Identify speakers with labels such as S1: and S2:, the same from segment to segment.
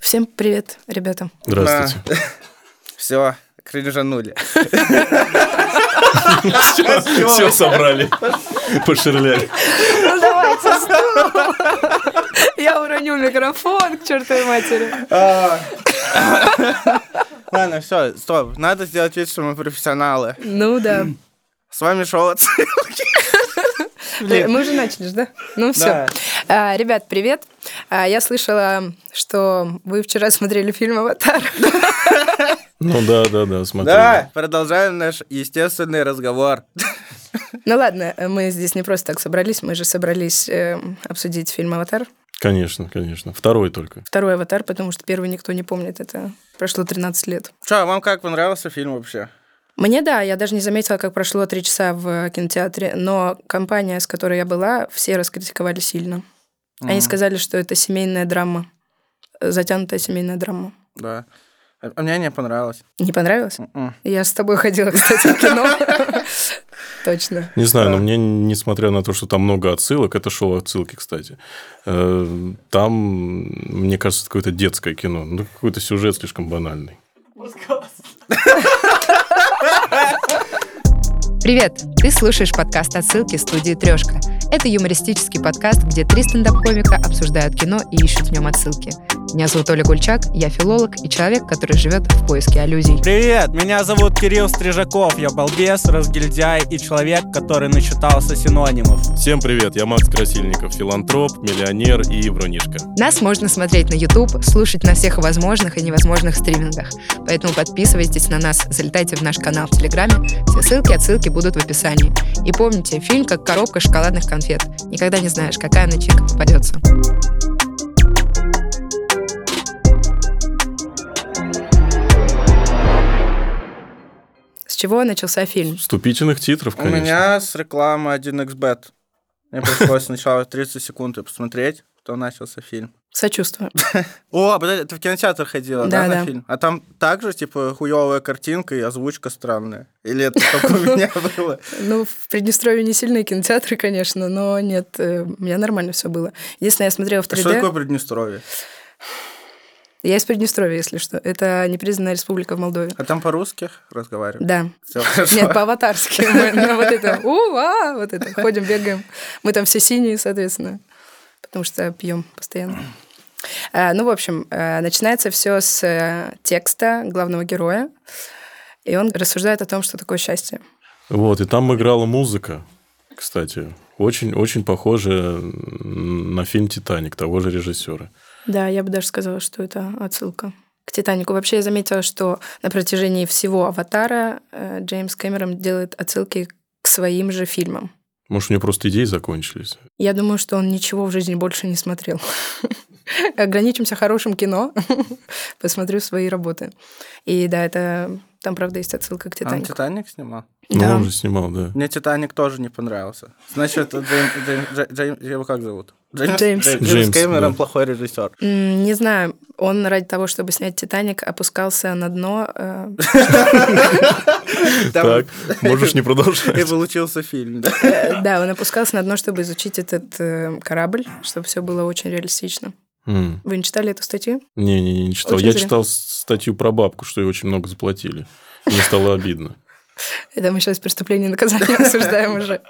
S1: Всем привет, ребята.
S2: Здравствуйте.
S3: Все, кринжанули.
S2: Все собрали. Поширляли.
S1: Ну давайте, стоп. Я уроню микрофон к чертовой матери.
S3: Ладно, все, стоп. Надо сделать вид, что мы профессионалы.
S1: Ну да.
S3: С вами шоу «Отсылки».
S1: Э, Мы уже начали, ж, да? Ну все.
S3: Да.
S1: Ребят, привет. А, Я слышала, что вы вчера смотрели фильм «Аватар».
S2: Ну да, да, да, смотри.
S3: Да, продолжаем наш естественный разговор.
S1: Ну ладно, мы здесь не просто так собрались, мы же собрались э, обсудить фильм «Аватар».
S2: Конечно, конечно. Второй только.
S1: Второй «Аватар», потому что первый никто не помнит, это прошло 13 лет.
S3: Че, вам как понравился фильм вообще?
S1: Мне да, я даже не заметила, как прошло три часа в кинотеатре, но компания, с которой я была, все раскритиковали сильно. Они
S3: Мгм.
S1: сказали, что это семейная драма, э, затянутая семейная драма.
S3: Да. А а мне не понравилось.
S1: Не понравилось?
S3: М-м.
S1: Я с тобой ходила, кстати, в кино. Точно.
S2: Не знаю, но мне, несмотря на то, что там много отсылок, это шоу отсылки, кстати, э, там, мне кажется, это какое-то детское кино. Ну, какой-то сюжет слишком банальный.
S4: Привет! Ты слушаешь подкаст «Отсылки» студии «Трешка». Это юмористический подкаст, где три стендап-комика обсуждают кино и ищут в нем отсылки. Меня зовут Оля Гульчак, я филолог и человек, который живет в поиске аллюзий.
S5: Привет, меня зовут Кирилл Стрижаков, я балбес, разгильдяй и человек, который начитался синонимов.
S2: Всем привет, я Макс Красильников, филантроп, миллионер и врунишка.
S4: Нас можно смотреть на YouTube, слушать на всех возможных и невозможных стримингах. Поэтому подписывайтесь на нас, залетайте в наш канал в Телеграме. Все ссылки и отсылки будут в описании. И помните, фильм как коробка шоколадных конфет. Никогда не знаешь, какая начинка попадется.
S1: С чего начался фильм?
S2: Вступительных титров,
S3: У
S2: конечно.
S3: меня с рекламы 1xbet. Мне пришлось сначала 30 секунд её посмотреть, потом начался фильм.
S1: Сочувствую.
S3: О, подожди, ты в кинотеатр ходила, да,
S1: Да, да.
S3: на фильм? А там также, типа, хуевая картинка и озвучка странная? Или это только у меня было?
S1: Ну, в Приднестровье не сильные кинотеатры, конечно, но нет, э, у меня нормально все было. Единственное, я смотрела в
S3: А Что
S1: 3D.
S3: такое Приднестровье?
S1: Я из Приднестровья, если что. Это непризнанная республика в Молдове.
S3: А там по-русски разговаривают?
S1: Да.
S3: Все хорошо.
S1: Нет, по-аватарски. Мы на вот это, у, а, вот это, ходим, бегаем. Мы там все синие, соответственно, потому что пьем постоянно. А, ну, в общем, э, начинается все с э, текста главного героя, и он рассуждает о том, что такое счастье.
S2: Вот, и там играла музыка, кстати. Очень-очень похожая на фильм «Титаник» того же режиссера.
S1: Да, я бы даже сказала, что это отсылка к «Титанику». Вообще, я заметила, что на протяжении всего «Аватара» э, Джеймс Кэмерон делает отсылки к своим же фильмам.
S2: Может, у него просто идеи закончились?
S1: Я думаю, что он ничего в жизни больше не смотрел. Ограничимся хорошим кино, посмотрю свои работы. И да, это там, правда, есть отсылка к
S3: А он
S1: «Титанику».
S3: «Титаник» снимал?
S1: Да.
S2: Ну, он же снимал, да.
S3: Мне «Титаник» тоже не понравился. Значит, Джеймс... Джеймс- Джеймс- его как зовут?
S1: Джеймс.
S2: Джеймс,
S3: Джеймс Кэмерон
S2: да.
S3: плохой режиссер.
S1: М, Не знаю, он ради того, чтобы снять «Титаник», опускался на дно. э,
S3: Там
S2: Так, можешь не
S3: И
S2: продолжать.
S3: получился фильм, да?
S1: э, Да, он опускался на дно, чтобы изучить этот э, корабль, чтобы все было очень реалистично.
S2: М,
S1: Вы не читали эту статью?
S2: Не-не-не, не читал.
S1: Очень
S2: Я
S1: зря.
S2: читал с- статью про бабку, что ей очень много заплатили. Мне стало обидно.
S1: Это мы сейчас преступление и наказание обсуждаем уже.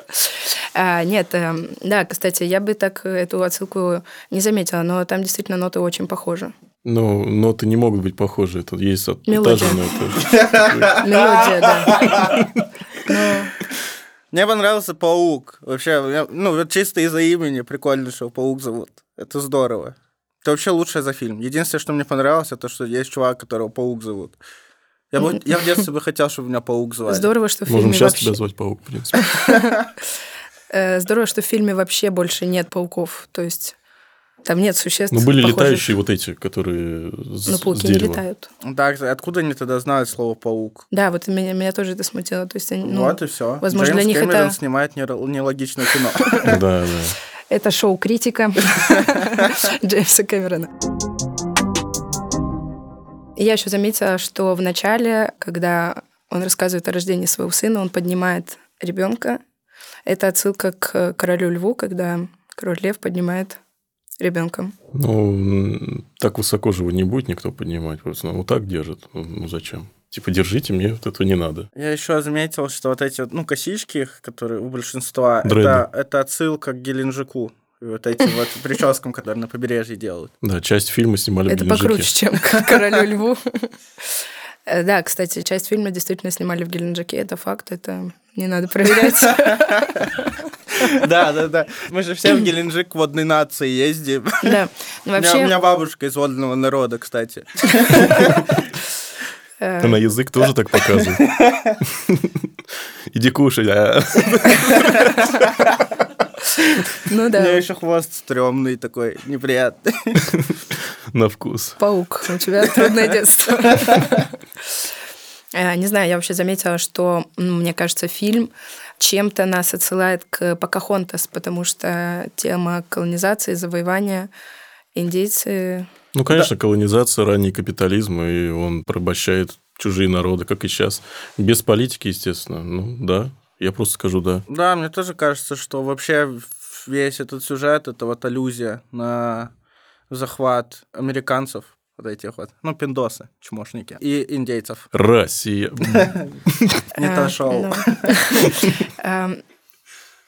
S1: А, нет, эм, да, кстати, я бы так эту отсылку не заметила, но там действительно ноты очень похожи.
S2: Ну, ноты не могут быть похожи. Тут есть от- та
S1: Мелодия.
S2: же нота.
S1: Мелодия, да. Ну,
S3: Мне понравился паук. Вообще, мне- ну, вот чисто из-за имени прикольно, что его паук зовут. Это здорово. Это вообще лучшее за фильм. Единственное, что мне понравилось, это что есть чувак, которого паук зовут. Я, бы- я в детстве бы хотел, чтобы меня паук звали.
S1: здорово, что в фильме
S2: Можем сейчас тебя
S1: вообще...
S2: звать паук, в принципе.
S1: э, Здорово, что в фильме вообще больше нет пауков, то есть там нет существ.
S2: Ну, были
S1: похожих.
S2: летающие вот эти, которые с
S1: Но
S2: с
S1: пауки не
S2: дерева.
S1: летают.
S3: Так, откуда они тогда знают слово паук?
S1: Да, вот меня, меня тоже это смутило. То есть, они, ну,
S3: вот и все.
S1: возможно,
S3: Джеймс
S1: для них
S3: Кэмерон
S1: это-
S3: снимает неро- нелогичное кино.
S2: Да, да.
S1: это шоу критика Джеймса Кэмерона. Я еще заметила, что в начале, когда он рассказывает о рождении своего сына, он поднимает ребенка. Это отсылка к королю льву, когда король лев поднимает ребенком.
S2: Ну, м, так высоко же его не будет никто поднимать. Просто ну, вот так держит. Ну, Ну, зачем? Типа, держите, мне вот этого не надо.
S3: Я еще заметил, что вот эти вот, ну, косички, которые у большинства,
S2: Дреды.
S3: это, это отсылка к Геленджику. И вот эти вот прическам, которые на побережье делают.
S2: Да, часть фильма снимали в
S1: Это
S2: Геленджике.
S1: покруче, чем к «Королю льву». Э, Да, кстати, часть фильма действительно снимали в Геленджике. Это факт, это не надо проверять.
S3: Да, да, да. Мы же все в Геленджик водной нации ездим.
S1: Да, ну,
S3: У меня- У
S1: вообще...
S3: меня бабушка из водного народа, кстати.
S1: э,
S2: Она язык тоже так показывает. Иди кушай. а.
S1: Ну
S3: У меня
S1: да,
S3: еще хвост стрёмный такой, неприятный.
S2: на вкус.
S1: паук, у тебя трудное детство. Э, Не знаю, я вообще заметила, что, м, мне кажется, фильм чем-то нас отсылает к Покахонтас, потому что тема колонизации, завоевания, индейцы...
S2: Ну, конечно, колонизация, ранний капитализм, и он порабощает чужие народы, как и сейчас. Без политики, естественно. Ну, да. Я просто скажу да.
S3: Да, мне тоже кажется, что вообще весь этот сюжет это вот аллюзия на захват американцев вот этих вот, ну, пиндосы, чмошники, и индейцев.
S2: Россия.
S3: Не
S1: э,
S3: то шоу.
S1: ну, эм,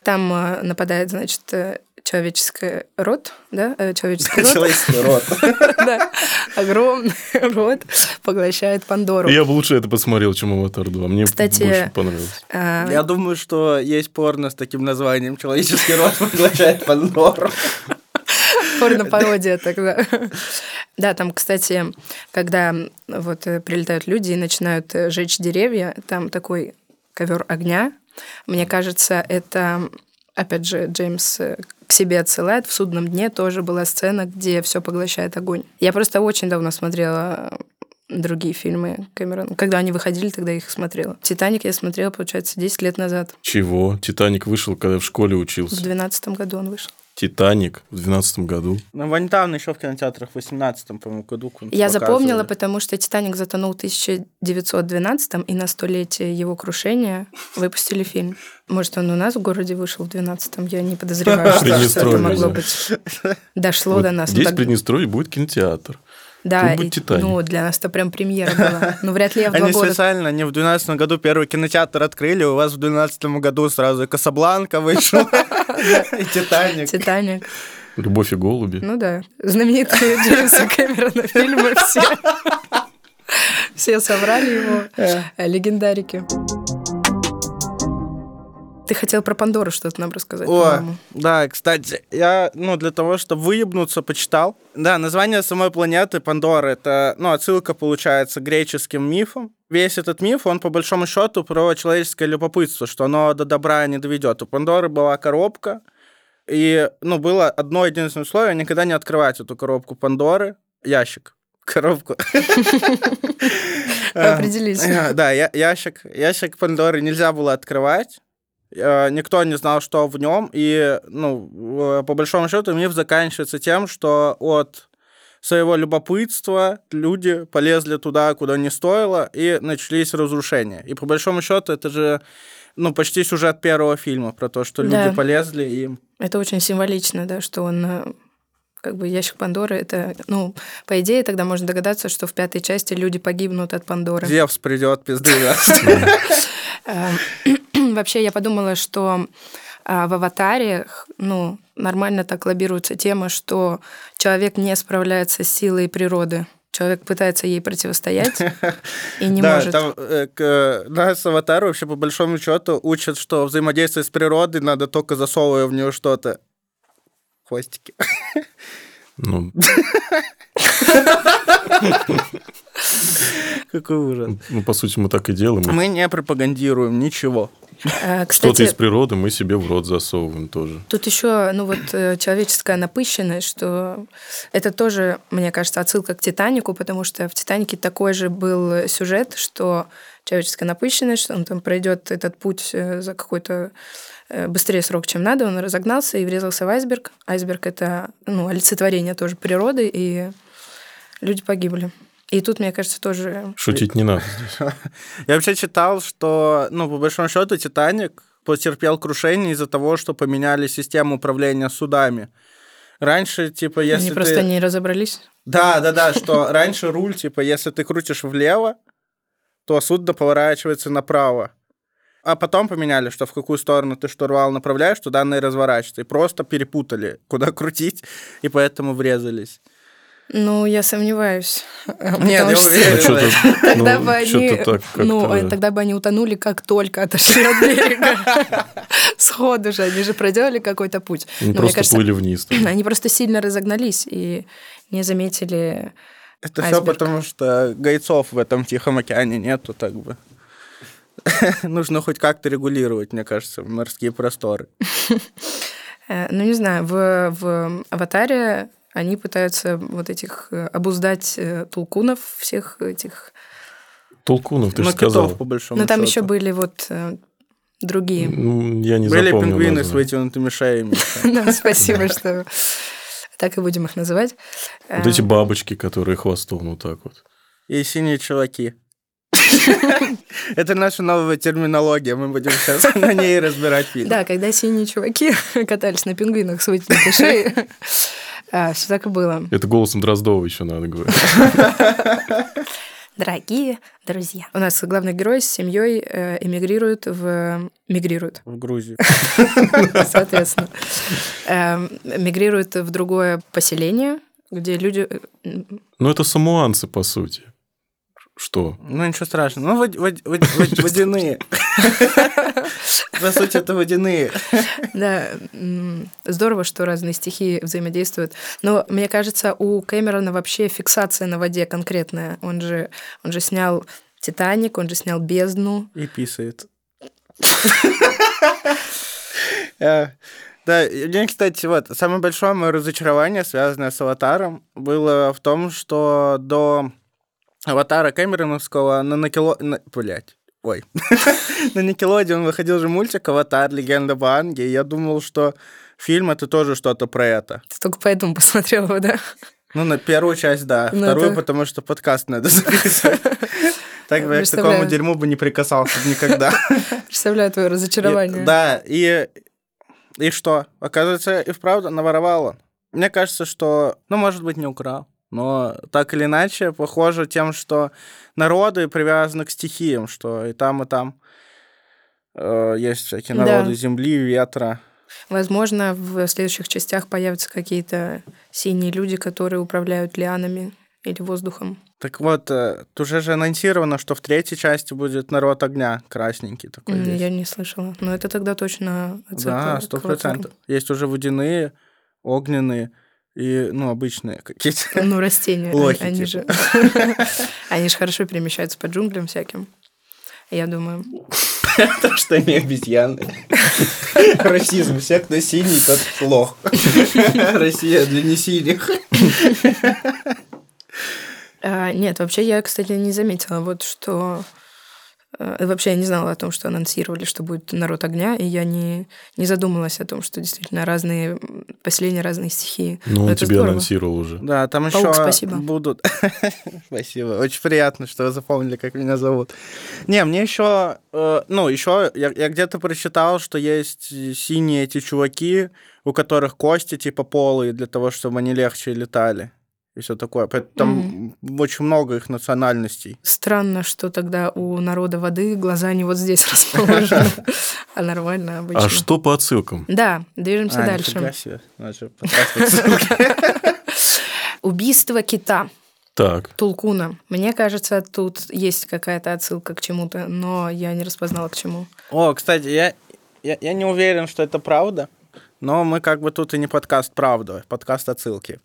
S1: Там э, нападает, значит, э, человеческий род, да? э, Человеческий род.
S3: Человеческий род.
S1: Да. Огромный род поглощает Пандору.
S2: Я бы лучше это посмотрел, чем «Аватар 2». Мне
S1: Кстати,
S2: больше понравилось.
S1: Э,
S3: Я думаю, что есть порно с таким названием «Человеческий род поглощает Пандору».
S1: Порно-пародия тогда. Да, там, кстати, когда м, вот э, прилетают люди и начинают э, жечь деревья, там такой ковер огня. Мне кажется, это, опять же, Джеймс э, к себе отсылает. В «Судном дне» тоже была сцена, где все поглощает огонь. Я просто очень давно смотрела э, другие фильмы Кэмерона. Когда они выходили, тогда я их смотрела. «Титаник» я смотрела, получается, 10 лет назад.
S2: Чего? «Титаник» вышел, когда я в школе
S1: В
S2: учился.
S1: 2012 году он вышел.
S2: «Титаник» в 2012 году.
S3: Ну, вон там еще в кинотеатрах в 18-м, по-моему, году. каком-то
S1: Я запомнила,
S3: показывали.
S1: потому что «Титаник» затонул в 1912 и на столетие его крушения выпустили фильм. Может, он у нас в городе вышел в 12-м, я не подозреваю, что это
S2: Приднестровье,
S1: могло
S2: да.
S1: быть. Дошло
S2: Вот
S1: до нас. Ну,
S2: Здесь
S1: так-
S2: в Приднестровье будет кинотеатр.
S1: Да,
S2: тут будет
S1: и-
S2: «Титаник».
S1: ну, для нас это прям премьера была. Ну, вряд ли я в два
S3: Они
S1: года...
S3: специально, они в 12 году первый кинотеатр открыли, у вас в 12 году сразу и «Касабланка» вышел, и «Титаник».
S1: «Титаник».
S2: «Любовь и голуби».
S1: Ну да, знаменитые Джеймса Кэмерона фильмы все. Все собрали его, э, легендарики. Ты хотел про Пандору что-то нам рассказать,
S3: О,
S1: по-моему.
S3: да, кстати, я, ну, для того, чтобы выебнуться, почитал. Да, название самой планеты Пандора, это, ну, отсылка, получается, к греческим мифам. Весь этот миф, он, по большому счету, про человеческое любопытство, что оно до добра не доведет. У Пандоры была коробка, и, ну, было одно единственное условие, никогда не открывать эту коробку Пандоры, ящик, коробку.
S1: Определись.
S3: Э, Да, я- ящик, ящик Пандоры нельзя было открывать. Э, Никто не знал, что в нем. И, ну, э, по большому счету, миф заканчивается тем, что от своего любопытства люди полезли туда, куда не стоило, и начались разрушения. И по большому счету это же ну, почти сюжет первого фильма про то, что
S1: Да.
S3: люди полезли и...
S1: Это очень символично, да, что он э, как бы ящик Пандоры, это, ну, по идее, тогда можно догадаться, что в пятой части люди погибнут от Пандоры.
S3: Зевс придет, пизды даст.
S1: Эм, Вообще, я подумала, что а, в аватаре, х- ну, нормально так лоббируется тема, что человек не справляется с силой природы. Человек пытается ей противостоять и не
S3: да,
S1: может.
S3: там э, к- э, нас аватар вообще по большому счету учат, что взаимодействие с природой надо только засовывая в нее что-то. Хвостики.
S2: Ну,
S3: Какой ужас.
S2: ну, по сути, мы так и делаем.
S3: Мы не пропагандируем ничего.
S1: Э,
S2: Что-то
S1: Кстати,
S2: из природы мы себе в рот засовываем тоже.
S1: Тут еще, ну вот, э, человеческая напыщенность, что это тоже, мне кажется, отсылка к «Титанику», потому что в «Титанике» такой же был сюжет, что человеческая напыщенность, что он там пройдет этот путь э, за какой-то э, быстрее срок, чем надо, он разогнался и врезался в айсберг. Айсберг — это, ну, олицетворение тоже природы, и люди погибли. И тут, мне кажется, тоже...
S2: Шутить не надо.
S3: Я вообще читал, что, ну, по большому счету, Титаник потерпел крушение из-за того, что поменяли систему управления судами. Раньше, типа, если
S1: Они
S3: ты...
S1: просто не разобрались.
S3: Да, да, да, что раньше руль, типа, если ты крутишь влево, то судно поворачивается направо. А потом поменяли, что в какую сторону ты штурвал направляешь, то данные разворачиваются. И просто перепутали, куда крутить, и поэтому врезались.
S1: Ну, я сомневаюсь.
S3: Нет, я
S1: Потому что-
S3: уверен.
S2: Ну, что-то,
S1: Тогда
S2: ну,
S1: бы они,
S2: что-то так как-то...
S1: ну, а тогда бы они утонули, как только отошли от берега. Сходу же, они же проделали какой-то путь.
S3: ну,
S2: они
S1: Но
S2: просто плыли вниз. там.
S1: они просто сильно разогнались и не заметили.
S3: Это все
S1: Айсберг.
S3: потому, что гайцов в этом Тихом океане нету, так бы. Нужно хоть как-то регулировать, мне кажется, морские просторы.
S1: э, Ну, не знаю, в, в «Аватаре» они пытаются вот этих э, обуздать э, тулкунов всех этих.
S2: Толкунов, ты
S3: Ну,
S2: же
S3: китов,
S2: сказал.
S3: по большому
S1: Но там еще
S3: счету.
S1: были вот э, другие.
S2: Ну, Я не
S3: Были
S2: запомнил.
S3: пингвины
S2: название.
S3: с вытянутыми шеями.
S1: Да, Спасибо, что так и будем их называть.
S2: Вот
S1: Э,
S2: эти бабочки, которые хвостом вот так вот.
S3: И синие чуваки. Это наша новая терминология, мы будем сейчас на ней разбирать фильм.
S1: Да, когда синие чуваки катались на пингвинах с вытянутой шеей, все так и было.
S2: Это голосом Дроздова еще надо говорить.
S1: Дорогие друзья. У нас главный герой с семьей эмигрирует в... Мигрирует,
S3: В Грузию.
S1: соответственно. Эм, Мигрирует в другое поселение, где люди... э, м,
S2: Ну, это самуанцы, по сути. Что?
S3: Ну, ничего страшного. Ну, вод- вод- вод- вод- водяные. По сути, это водяные.
S1: Да, м, здорово, что разные стихии взаимодействуют. Но мне кажется, у Кэмерона вообще фиксация на воде конкретная. Он же, он же снял «Титаник», он же снял «Бездну».
S3: И писает. Э, Да, и мне, кстати, вот, самое большое мое разочарование, связанное с «Аватаром», было в том, что до «Аватара» Кэмероновского на Никело... на- Блядь. Ой. На Никелодеон выходил же мультик «Аватар. Легенда об Аанге», и я думал, что фильм — это тоже что-то про это.
S1: Ты только поэтому посмотрел его, да?
S3: Ну, на первую часть, да.
S1: Ну,
S3: Вторую,
S1: это-
S3: потому что подкаст надо записывать. Так бы я к такому
S1: Представляю.
S3: дерьму бы не прикасался бы никогда.
S1: Представляю твое разочарование.
S3: И- да, и, и что? Оказывается, и вправду наворовала. Мне кажется, что, ну, может быть, не украл. Но так или иначе, похоже тем, что народы привязаны к стихиям, что и там, и там э, есть всякие
S1: Да.
S3: народы земли, ветра.
S1: Возможно, в следующих частях появятся какие-то синие люди, которые управляют лианами или воздухом.
S3: Так вот, э, тут уже же анонсировано, что в третьей части будет народ огня, красненький такой.
S1: М,
S3: весь.
S1: Я не слышала. Но это тогда точно отсылка
S3: Да,
S1: к
S3: сто
S1: «Аватару».
S3: процентов. Есть уже водяные, огненные и, ну, обычные какие-то.
S1: Ну, растения.
S3: Лохи,
S1: они,
S3: типа.
S1: же... они же хорошо перемещаются по джунглям всяким. Я думаю.
S3: То, что они обезьяны. Расизм. Все, кто синий, тот лох. Россия для несиних.
S1: А, нет, вообще я, кстати, не заметила, вот что... э, Вообще я не знала о том, что анонсировали, что будет «Народ огня», и я не, не задумалась о том, что действительно разные м, поселения, разные стихии.
S2: Ну,
S1: Но
S2: он
S1: это
S2: тебе
S1: здорово.
S2: анонсировал уже.
S3: Да, там
S1: Паук,
S3: еще
S1: спасибо.
S3: будут. Спасибо. Очень приятно, что вы запомнили, как меня зовут. Не, мне еще, ну, еще я, я где-то прочитал, что есть синие эти чуваки, у которых кости типа полые для того, чтобы они легче летали и все такое. Поэтому там очень много их национальностей.
S1: Странно, что тогда у народа воды глаза не вот здесь расположены, а нормально обычно.
S2: А что по отсылкам?
S1: Да, движемся
S3: А,
S1: дальше.
S3: нифига себе. Надо же подкаст
S1: Убийство кита.
S2: Так.
S1: Тулкуна. Мне кажется, тут есть какая-то отсылка к чему-то, но я не распознала к чему.
S3: О, кстати, я, я, я не уверен, что это правда, но мы как бы тут и не подкаст «Правда», подкаст «Отсылки».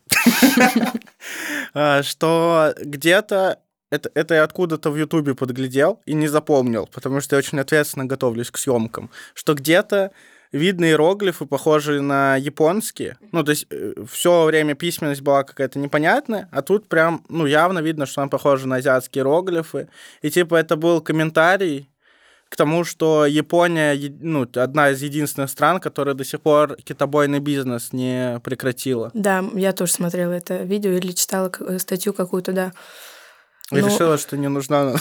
S3: А, Что где-то... Это, это я откуда-то в Ютубе подглядел и не запомнил, потому что я очень ответственно готовлюсь к съемкам, что где-то видны иероглифы, похожие на японские. Ну, то есть все время письменность была какая-то непонятная, а тут прям, ну, явно видно, что она похожа на азиатские иероглифы. И типа это был комментарий к тому, что Япония, е- ну, одна из единственных стран, которая до сих пор китобойный бизнес не прекратила.
S1: Да, я тоже смотрела это видео или читала к- э, статью какую-то, да.
S3: Я
S1: Ну,
S3: решила, что не нужна.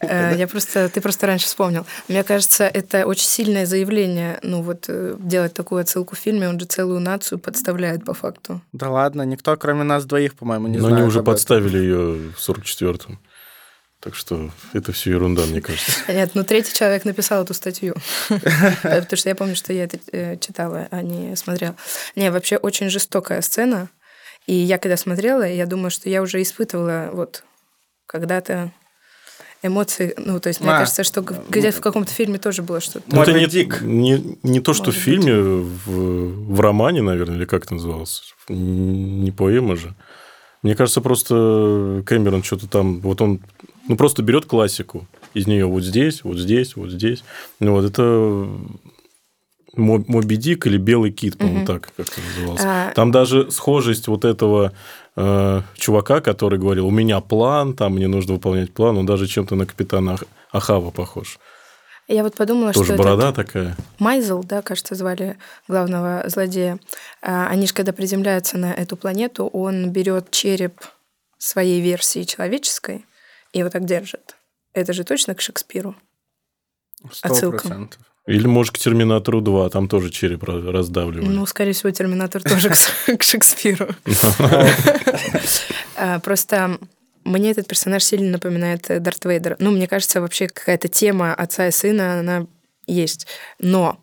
S1: Э, Я просто, ты просто раньше вспомнил. Мне кажется, это очень сильное заявление. Ну вот э, делать такую отсылку в фильме, он же целую нацию подставляет по факту.
S3: Да ладно, никто, кроме нас двоих, по-моему, не
S2: Но
S3: знает
S2: Ну, они уже
S3: об этом.
S2: подставили ее в 44-м. Так что это все ерунда, мне кажется.
S1: Нет, ну третий человек написал эту статью. Э, Потому что я помню, что я это э, читала, а не смотрела. Не, вообще очень жестокая сцена. И я когда смотрела, я думаю, что я уже испытывала вот когда-то эмоции. Ну, то есть, мне
S3: А.
S1: кажется, что г- где-то в каком-то фильме тоже было что-то.
S2: Ну, это
S3: Моби
S2: не,
S3: Дик.
S2: Не, не то, что
S1: Может
S2: в фильме, в, в романе, наверное, или как это называлось. Н- Не поэма же. Мне кажется, просто Кэмерон что-то там... Вот он ну, просто берет классику из нее вот здесь, вот здесь, вот здесь. Ну, вот это Мо- Моби Дик или Белый кит, по-моему, так как-то назывался.
S1: А,
S2: Там даже схожесть вот этого э, чувака, который говорил, у меня план, там мне нужно выполнять план, он даже чем-то на капитана Ах- Ахава похож.
S1: Я вот подумала, А что
S2: Тоже
S1: это
S2: борода такая.
S1: Майзел, да, кажется, звали главного злодея. А, Они же, когда приземляются на эту планету, он берет череп своей версии человеческой и вот так держит. Это же точно к Шекспиру.
S3: Сто
S1: Отсылка.
S3: процентов.
S2: Или, может, к Терминатору 2, там тоже череп ра- раздавливали.
S1: Ну, скорее всего, Терминатор тоже к С- к Шекспиру. А, Просто мне этот персонаж сильно напоминает э, Дарт Вейдера. Ну, мне кажется, вообще какая-то тема отца и сына, она есть. Но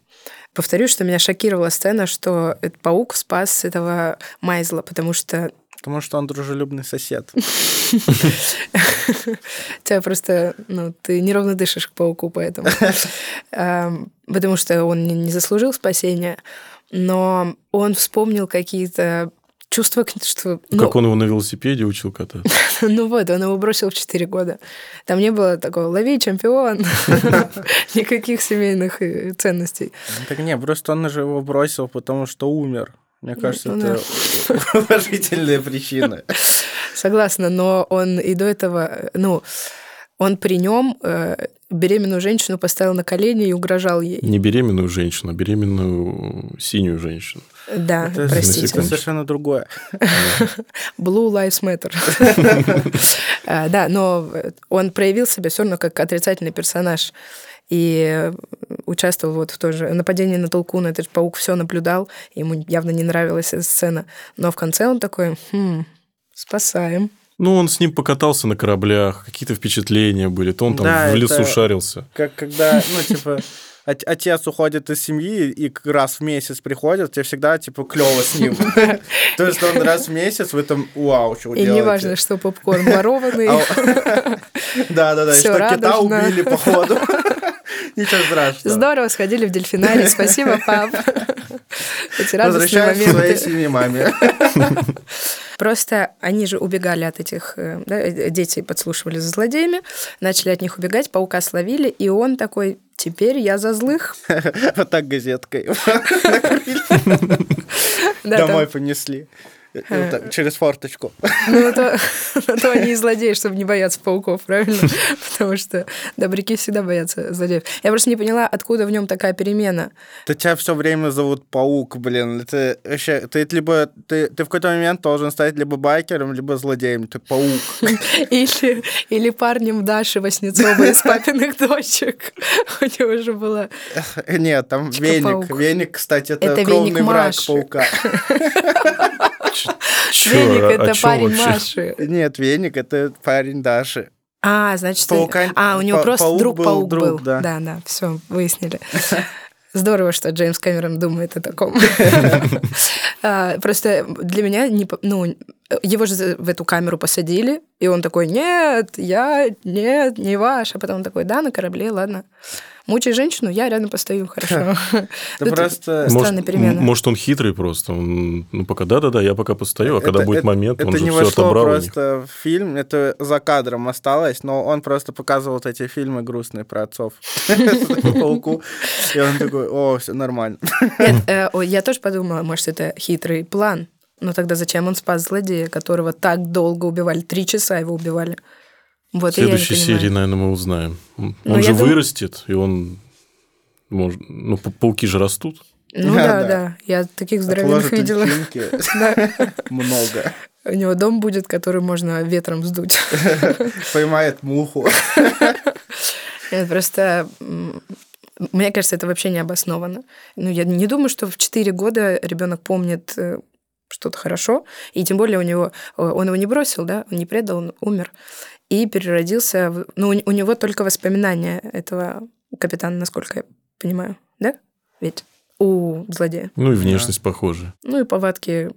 S1: повторюсь, что меня шокировала сцена, что этот паук спас этого Майзла, потому что
S3: Потому что он дружелюбный сосед.
S1: тебя просто, ну, ты неровно дышишь к пауку, поэтому. Эм, Потому что он не- не заслужил спасения, но он вспомнил какие-то чувства, к- что... ну,
S2: Как он его на велосипеде учил кататься.
S1: Ну вот, он его бросил в 4 года. Там не было такого «лови, чемпион!» Никаких семейных э, ценностей.
S3: Так не, просто он же его бросил, потому что умер. Мне кажется,
S1: ну
S3: это уважительная причина.
S1: Согласна, но он и до этого... э, Ну, он при нем беременную женщину поставил на колени и угрожал ей.
S2: Не беременную женщину, а беременную э, синюю женщину.
S1: Да,
S3: Это это
S1: простите.
S2: секундочку.
S3: совершенно другое.
S1: Blue Lives Matter. А, Да, но он проявил себя все равно как отрицательный персонаж и участвовал вот в той же нападении на Толкуна. Этот паук все наблюдал, ему явно не нравилась эта сцена. Но в конце он такой, «Хм, спасаем.
S2: Ну, он с ним покатался на кораблях, какие-то впечатления были. То он там
S3: Да,
S2: в
S3: это-
S2: лесу шарился.
S3: Как когда, ну, типа, от- отец уходит из семьи и к- раз в месяц приходит, тебе всегда, типа, клево с ним. То есть он раз в месяц в этом, вау, чего
S1: И
S3: делаете.
S1: неважно, что попкорн
S3: А
S1: ворованный.
S3: Да-да-да, и
S1: Всё
S3: что кита
S1: радужно.
S3: убили, походу. Ничего страшного.
S1: Здорово, сходили в дельфинарий. Спасибо, пап. Эти радостные
S3: Возвращаюсь к своей
S1: моменты.
S3: семье маме.
S1: Просто они же убегали от этих... э, да, э, дети подслушивали за злодеями, начали от них убегать, паука словили, и он такой, теперь я за злых.
S3: Вот так газеткой.
S1: Да, там,
S3: Домой понесли. И вот так, Через форточку.
S1: Ну, на то, на то они и злодеи, чтобы не бояться пауков, правильно? Потому что добряки всегда боятся злодеев. Я просто не поняла, откуда в нем такая перемена.
S3: Да тебя все время зовут паук, блин. Ты вообще, ты либо ты, ты в какой-то момент должен стать либо байкером, либо злодеем. Ты паук.
S1: Или, или парнем Даши Васнецовой из папиных дочек. У него же была...
S3: Э, Нет, там
S1: Чика
S3: веник.
S1: паук.
S3: Веник, кстати, Типа это,
S1: Это
S3: кровный
S1: веник
S3: враг
S1: Маши.
S3: паука.
S2: Чё,
S1: Веник —
S2: а- о
S1: это
S2: чём
S1: парень
S2: вообще?
S1: Маши.
S3: Нет, веник это парень Даши.
S1: А, значит,
S3: Паука-
S1: а у него
S3: па-
S1: просто
S3: паук
S1: друг
S3: был,
S1: паук
S3: друг,
S1: был.
S3: да.
S1: да, все, выяснили. Здорово, что Джеймс Кэмерон думает о таком. А, Просто для меня не, по- ну, его же за- в эту камеру посадили, и он такой: "Нет, я нет, не ваш", а потом он такой: "Да, на корабле, ладно". Мучай женщину, я рядом постою, хорошо.
S3: Это
S1: Ну, ты-
S3: просто...
S1: Странная перемена.
S2: м- может, он хитрый просто. Он, ну, пока да-да-да, я пока постою, а когда
S3: это-
S2: будет
S3: это-
S2: момент,
S3: это
S2: он же
S3: не
S2: все
S3: вошло
S2: отобрал у них.
S3: просто в фильм, это за кадром осталось, но он просто показывал вот эти фильмы грустные про отцов пауку, и он такой, о, все нормально.
S1: Нет, э, ой, я тоже подумала, может, это хитрый план. Но тогда зачем он спас злодея, которого так долго убивали? Три часа его убивали. Вот
S2: В
S1: и я не
S2: следующей
S1: понимаю.
S2: серии, наверное, мы узнаем. Он
S1: Ну,
S2: он
S1: я
S2: же
S1: думаю-
S2: вырастет, и он... Может, ну, па- пауки же растут.
S1: Ну
S3: Да,
S1: да,
S3: да.
S1: да. Я таких здоровенных
S3: Отложит
S1: видела.
S3: личинки.
S1: Да.
S3: Много.
S1: У него дом будет, который можно ветром сдуть.
S3: Поймает муху.
S1: Нет, Э, просто м, мне кажется, это вообще не обоснованно. Ну, я не думаю, что в 4 года ребенок помнит э, что-то хорошо, и тем более у него, э, он его не бросил, да, он не предал, он умер, и переродился, в- ну, у у него только воспоминания этого капитана, насколько я понимаю, да? Ведь у злодея.
S2: Ну и внешность похожа.
S1: Ну и повадки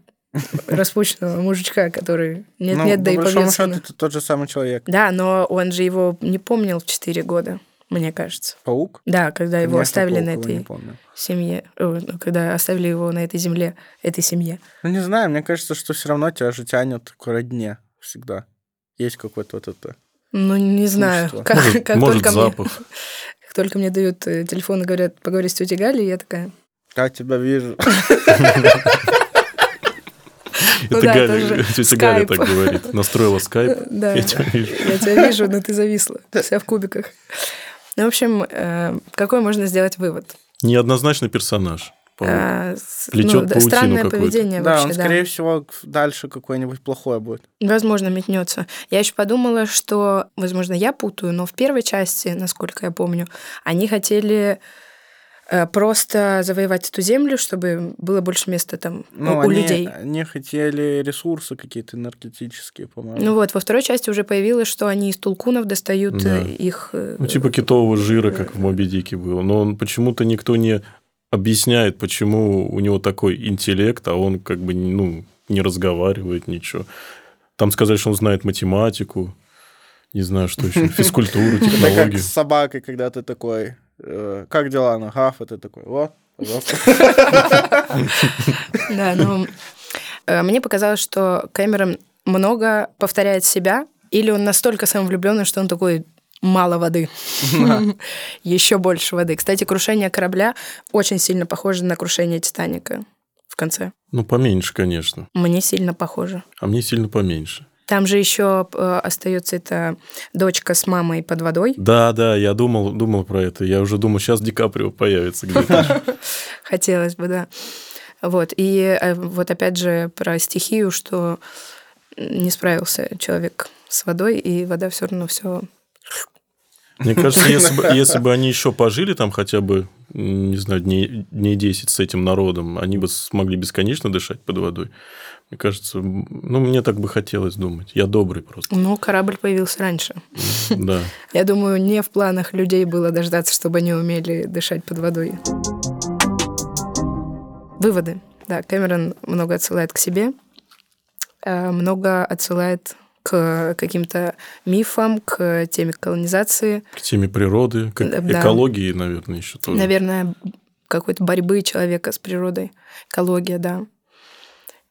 S1: распущенного мужичка, который
S3: Ну,
S1: нет-нет, да и
S3: по большому счету,
S1: повесил.
S3: это тот же самый человек.
S1: Да, но он же его не помнил в 4 года, мне кажется.
S3: Паук?
S1: Да, когда А его
S3: Конечно,
S1: оставили
S3: паук,
S1: на
S3: его не
S1: этой
S3: помню.
S1: семье, о, ну, когда оставили его на этой земле, этой семье.
S3: Ну, не знаю, мне кажется, что все равно тебя же тянет к родне всегда. Есть какой-то вот это.
S1: Ну, не знаю,
S3: что?
S1: как,
S2: Может,
S1: как
S2: Ну, может,
S1: только мне,
S2: запах.
S1: как только мне дают э, телефон и говорят, поговори с тетей Галей, я такая,
S3: Я тебя вижу.
S1: Ну
S2: Это
S1: да,
S2: Галя-
S1: тоже
S2: тетя Галя
S1: скайп.
S2: так говорит. Настроила скайп.
S1: «Э, да,
S2: Я тебя вижу.
S1: я тебя вижу, но ты зависла, вся в кубиках. Ну, в общем, э, какой можно сделать вывод?
S2: Неоднозначный персонаж. по-моему.
S1: А, с-
S2: Плетёт
S1: ну, да,
S2: паутину
S1: странное
S2: какую-то.
S1: поведение
S3: Да,
S1: вообще,
S3: он,
S1: да.
S3: скорее всего, к- дальше какое-нибудь плохое будет.
S1: Возможно, метнется. Я еще подумала, что, возможно, я путаю, но в первой части, насколько я помню, они хотели э, просто завоевать эту землю, чтобы было больше места там
S3: Ну,
S1: у, у
S3: они,
S1: людей.
S3: они хотели ресурсы какие-то энергетические, по-моему.
S1: Ну вот, во второй части уже появилось, что они из тулкунов достают
S2: Да.
S1: э, их. э,
S2: Ну, типа китового жира, как в Моби Дике было. Но он почему-то никто не объясняет, почему у него такой интеллект, а он как бы ну, не разговаривает ничего. Там сказали, что он знает математику, не знаю, что еще, физкультуру,
S3: это как
S2: технологию.
S3: с собакой, когда ты такой, э, как дела, она, гав, и ты такой, вот, пожалуйста.
S1: Да, но э, мне показалось, что Кэмерон много повторяет себя, или он настолько самовлюбленный, что он такой мало воды. Еще больше воды. Кстати, крушение корабля очень сильно похоже на крушение Титаника в конце.
S2: Ну, поменьше, конечно.
S1: Мне сильно похоже.
S2: А мне сильно поменьше.
S1: Там же еще остается эта дочка с мамой под водой.
S2: Да, да, я думал, думал про это. Я уже думал, сейчас Ди Каприо появится где-то.
S1: Хотелось бы, да. Вот. И э, вот опять же про стихию, что не справился человек с водой, и вода все равно все
S2: Мне кажется, если бы, если бы они еще пожили там хотя бы, м, не знаю, дней, дней 10 с этим народом, они бы смогли бесконечно дышать под водой. Мне кажется, м, ну, мне так бы хотелось думать. Я добрый просто,
S1: Ну, корабль появился раньше.
S2: да.
S1: Я думаю, не в планах людей было дождаться, чтобы они умели дышать под водой. Выводы. Да, Кэмерон много отсылает к себе, э, много отсылает к каким-то мифам, к теме колонизации,
S2: К теме природы, к
S1: Да.
S2: экологии, наверное, еще тоже.
S1: наверное, какой-то борьбы человека с природой, экология, да.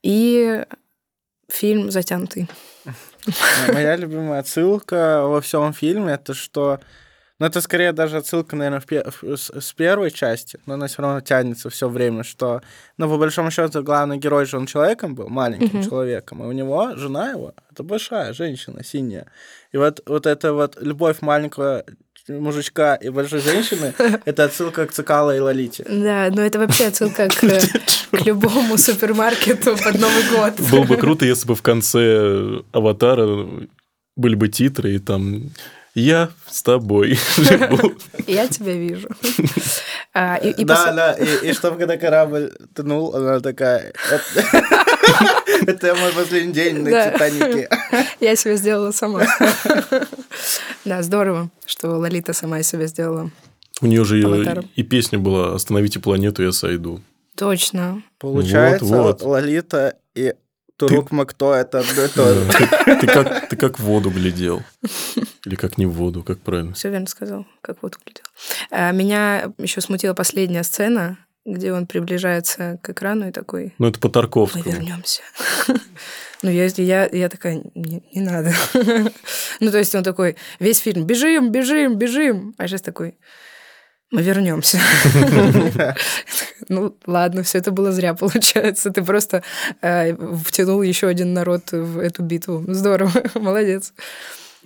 S1: И фильм «Затянутый».
S3: Э, Моя любимая отсылка во всем фильме это что. Ну, это скорее даже отсылка, наверное, в пе- в- с с первой части, но она все равно тянется все время, что, ну, по большому счету, главный герой же он человеком был, маленьким человеком, и у него жена его, это большая женщина, синяя. И вот, вот эта вот любовь маленького мужичка и большой женщины, это отсылка к Цикало и Лолите.
S1: Да, но это вообще отсылка к, э, к любому супермаркету под Новый год.
S2: Было бы круто, если бы в конце «Аватара» были бы титры, и там «Я с тобой живу».
S1: Я тебя вижу. А, и- и
S3: да,
S1: пос-
S3: да, и, и чтобы когда корабль тонул, она такая... «Это- Это мой последний день на
S1: Да.
S3: Титанике.
S1: Я себя сделала сама. Да, здорово, что Лолита сама себя сделала.
S2: У нее же
S1: «Аватару».
S2: и песня была «Остановите планету, я сойду».
S1: Точно.
S3: Получается,
S2: Вот, вот.
S3: Лолита и Турук Макто это одно и то же.
S2: Ты ты как, ты как в воду глядел. Или как не в воду, как правильно.
S1: Все верно сказал, как вот выглядел. А, Меня еще смутила последняя сцена, где он приближается к экрану и такой,
S2: Ну, это по
S1: мы
S2: Тарковскому.
S1: вернемся. Ну, я, я, я такая, не, не надо. Ну, то есть он такой, весь фильм, бежим, бежим, бежим. А сейчас такой, мы вернемся. Ну, ладно, все это было зря, получается. Ты просто э, втянул еще один народ в эту битву. Здорово, молодец.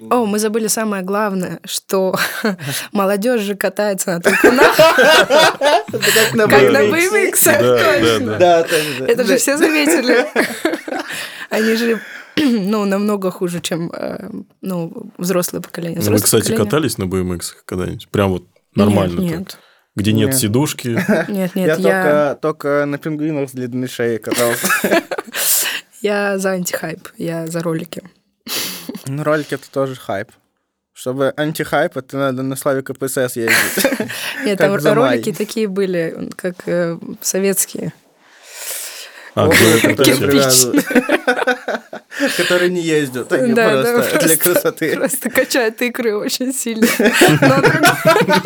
S1: О, мы забыли самое главное, что молодежь же катается на толкунах,
S3: Это как на
S1: как на
S3: BMX.
S1: BMX.
S2: Да, да,
S1: точно.
S2: да.
S3: Да, точно.
S1: Это же все заметили. Они же ну, намного хуже, чем э, ну, взрослое поколение.
S2: Ну, Вы,
S1: Взрослое
S2: кстати,
S1: поколение-
S2: катались на BMX когда-нибудь? Прям вот нормально так?
S1: Нет,
S2: Где нет,
S3: Нет.
S2: сидушки?
S1: нет, нет, нет,
S3: я,
S1: я,
S3: Только, только на пингвинах с длинной шеей катался.
S1: я за антихайп, я за ролики.
S3: Ну, ролики это тоже хайп. Чтобы антихайп, это надо на славе КПСС ездить.
S1: Нет,
S3: Как
S1: там
S3: за
S1: ролики
S3: май.
S1: такие были, как э, советские.
S2: А,
S3: Вот
S2: были
S3: это
S2: такие.
S1: кирпич.
S3: привязывают. Которые не ездят, они
S1: Да, да,
S3: просто для
S1: просто-
S3: красоты.
S1: Просто качают икры очень сильно. Но другим-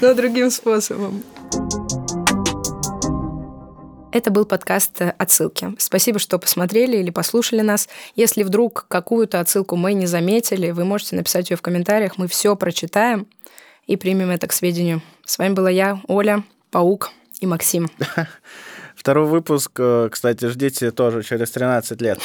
S1: Но другим способом. Это был подкаст э, «Отсылки». Спасибо, что посмотрели или послушали нас. Если вдруг какую-то отсылку мы не заметили, вы можете написать ее в комментариях. Мы все прочитаем и примем это к сведению. С вами была я, Оля, Паук и Максим.
S3: Второй выпуск, э, кстати, ждите тоже через 13 лет.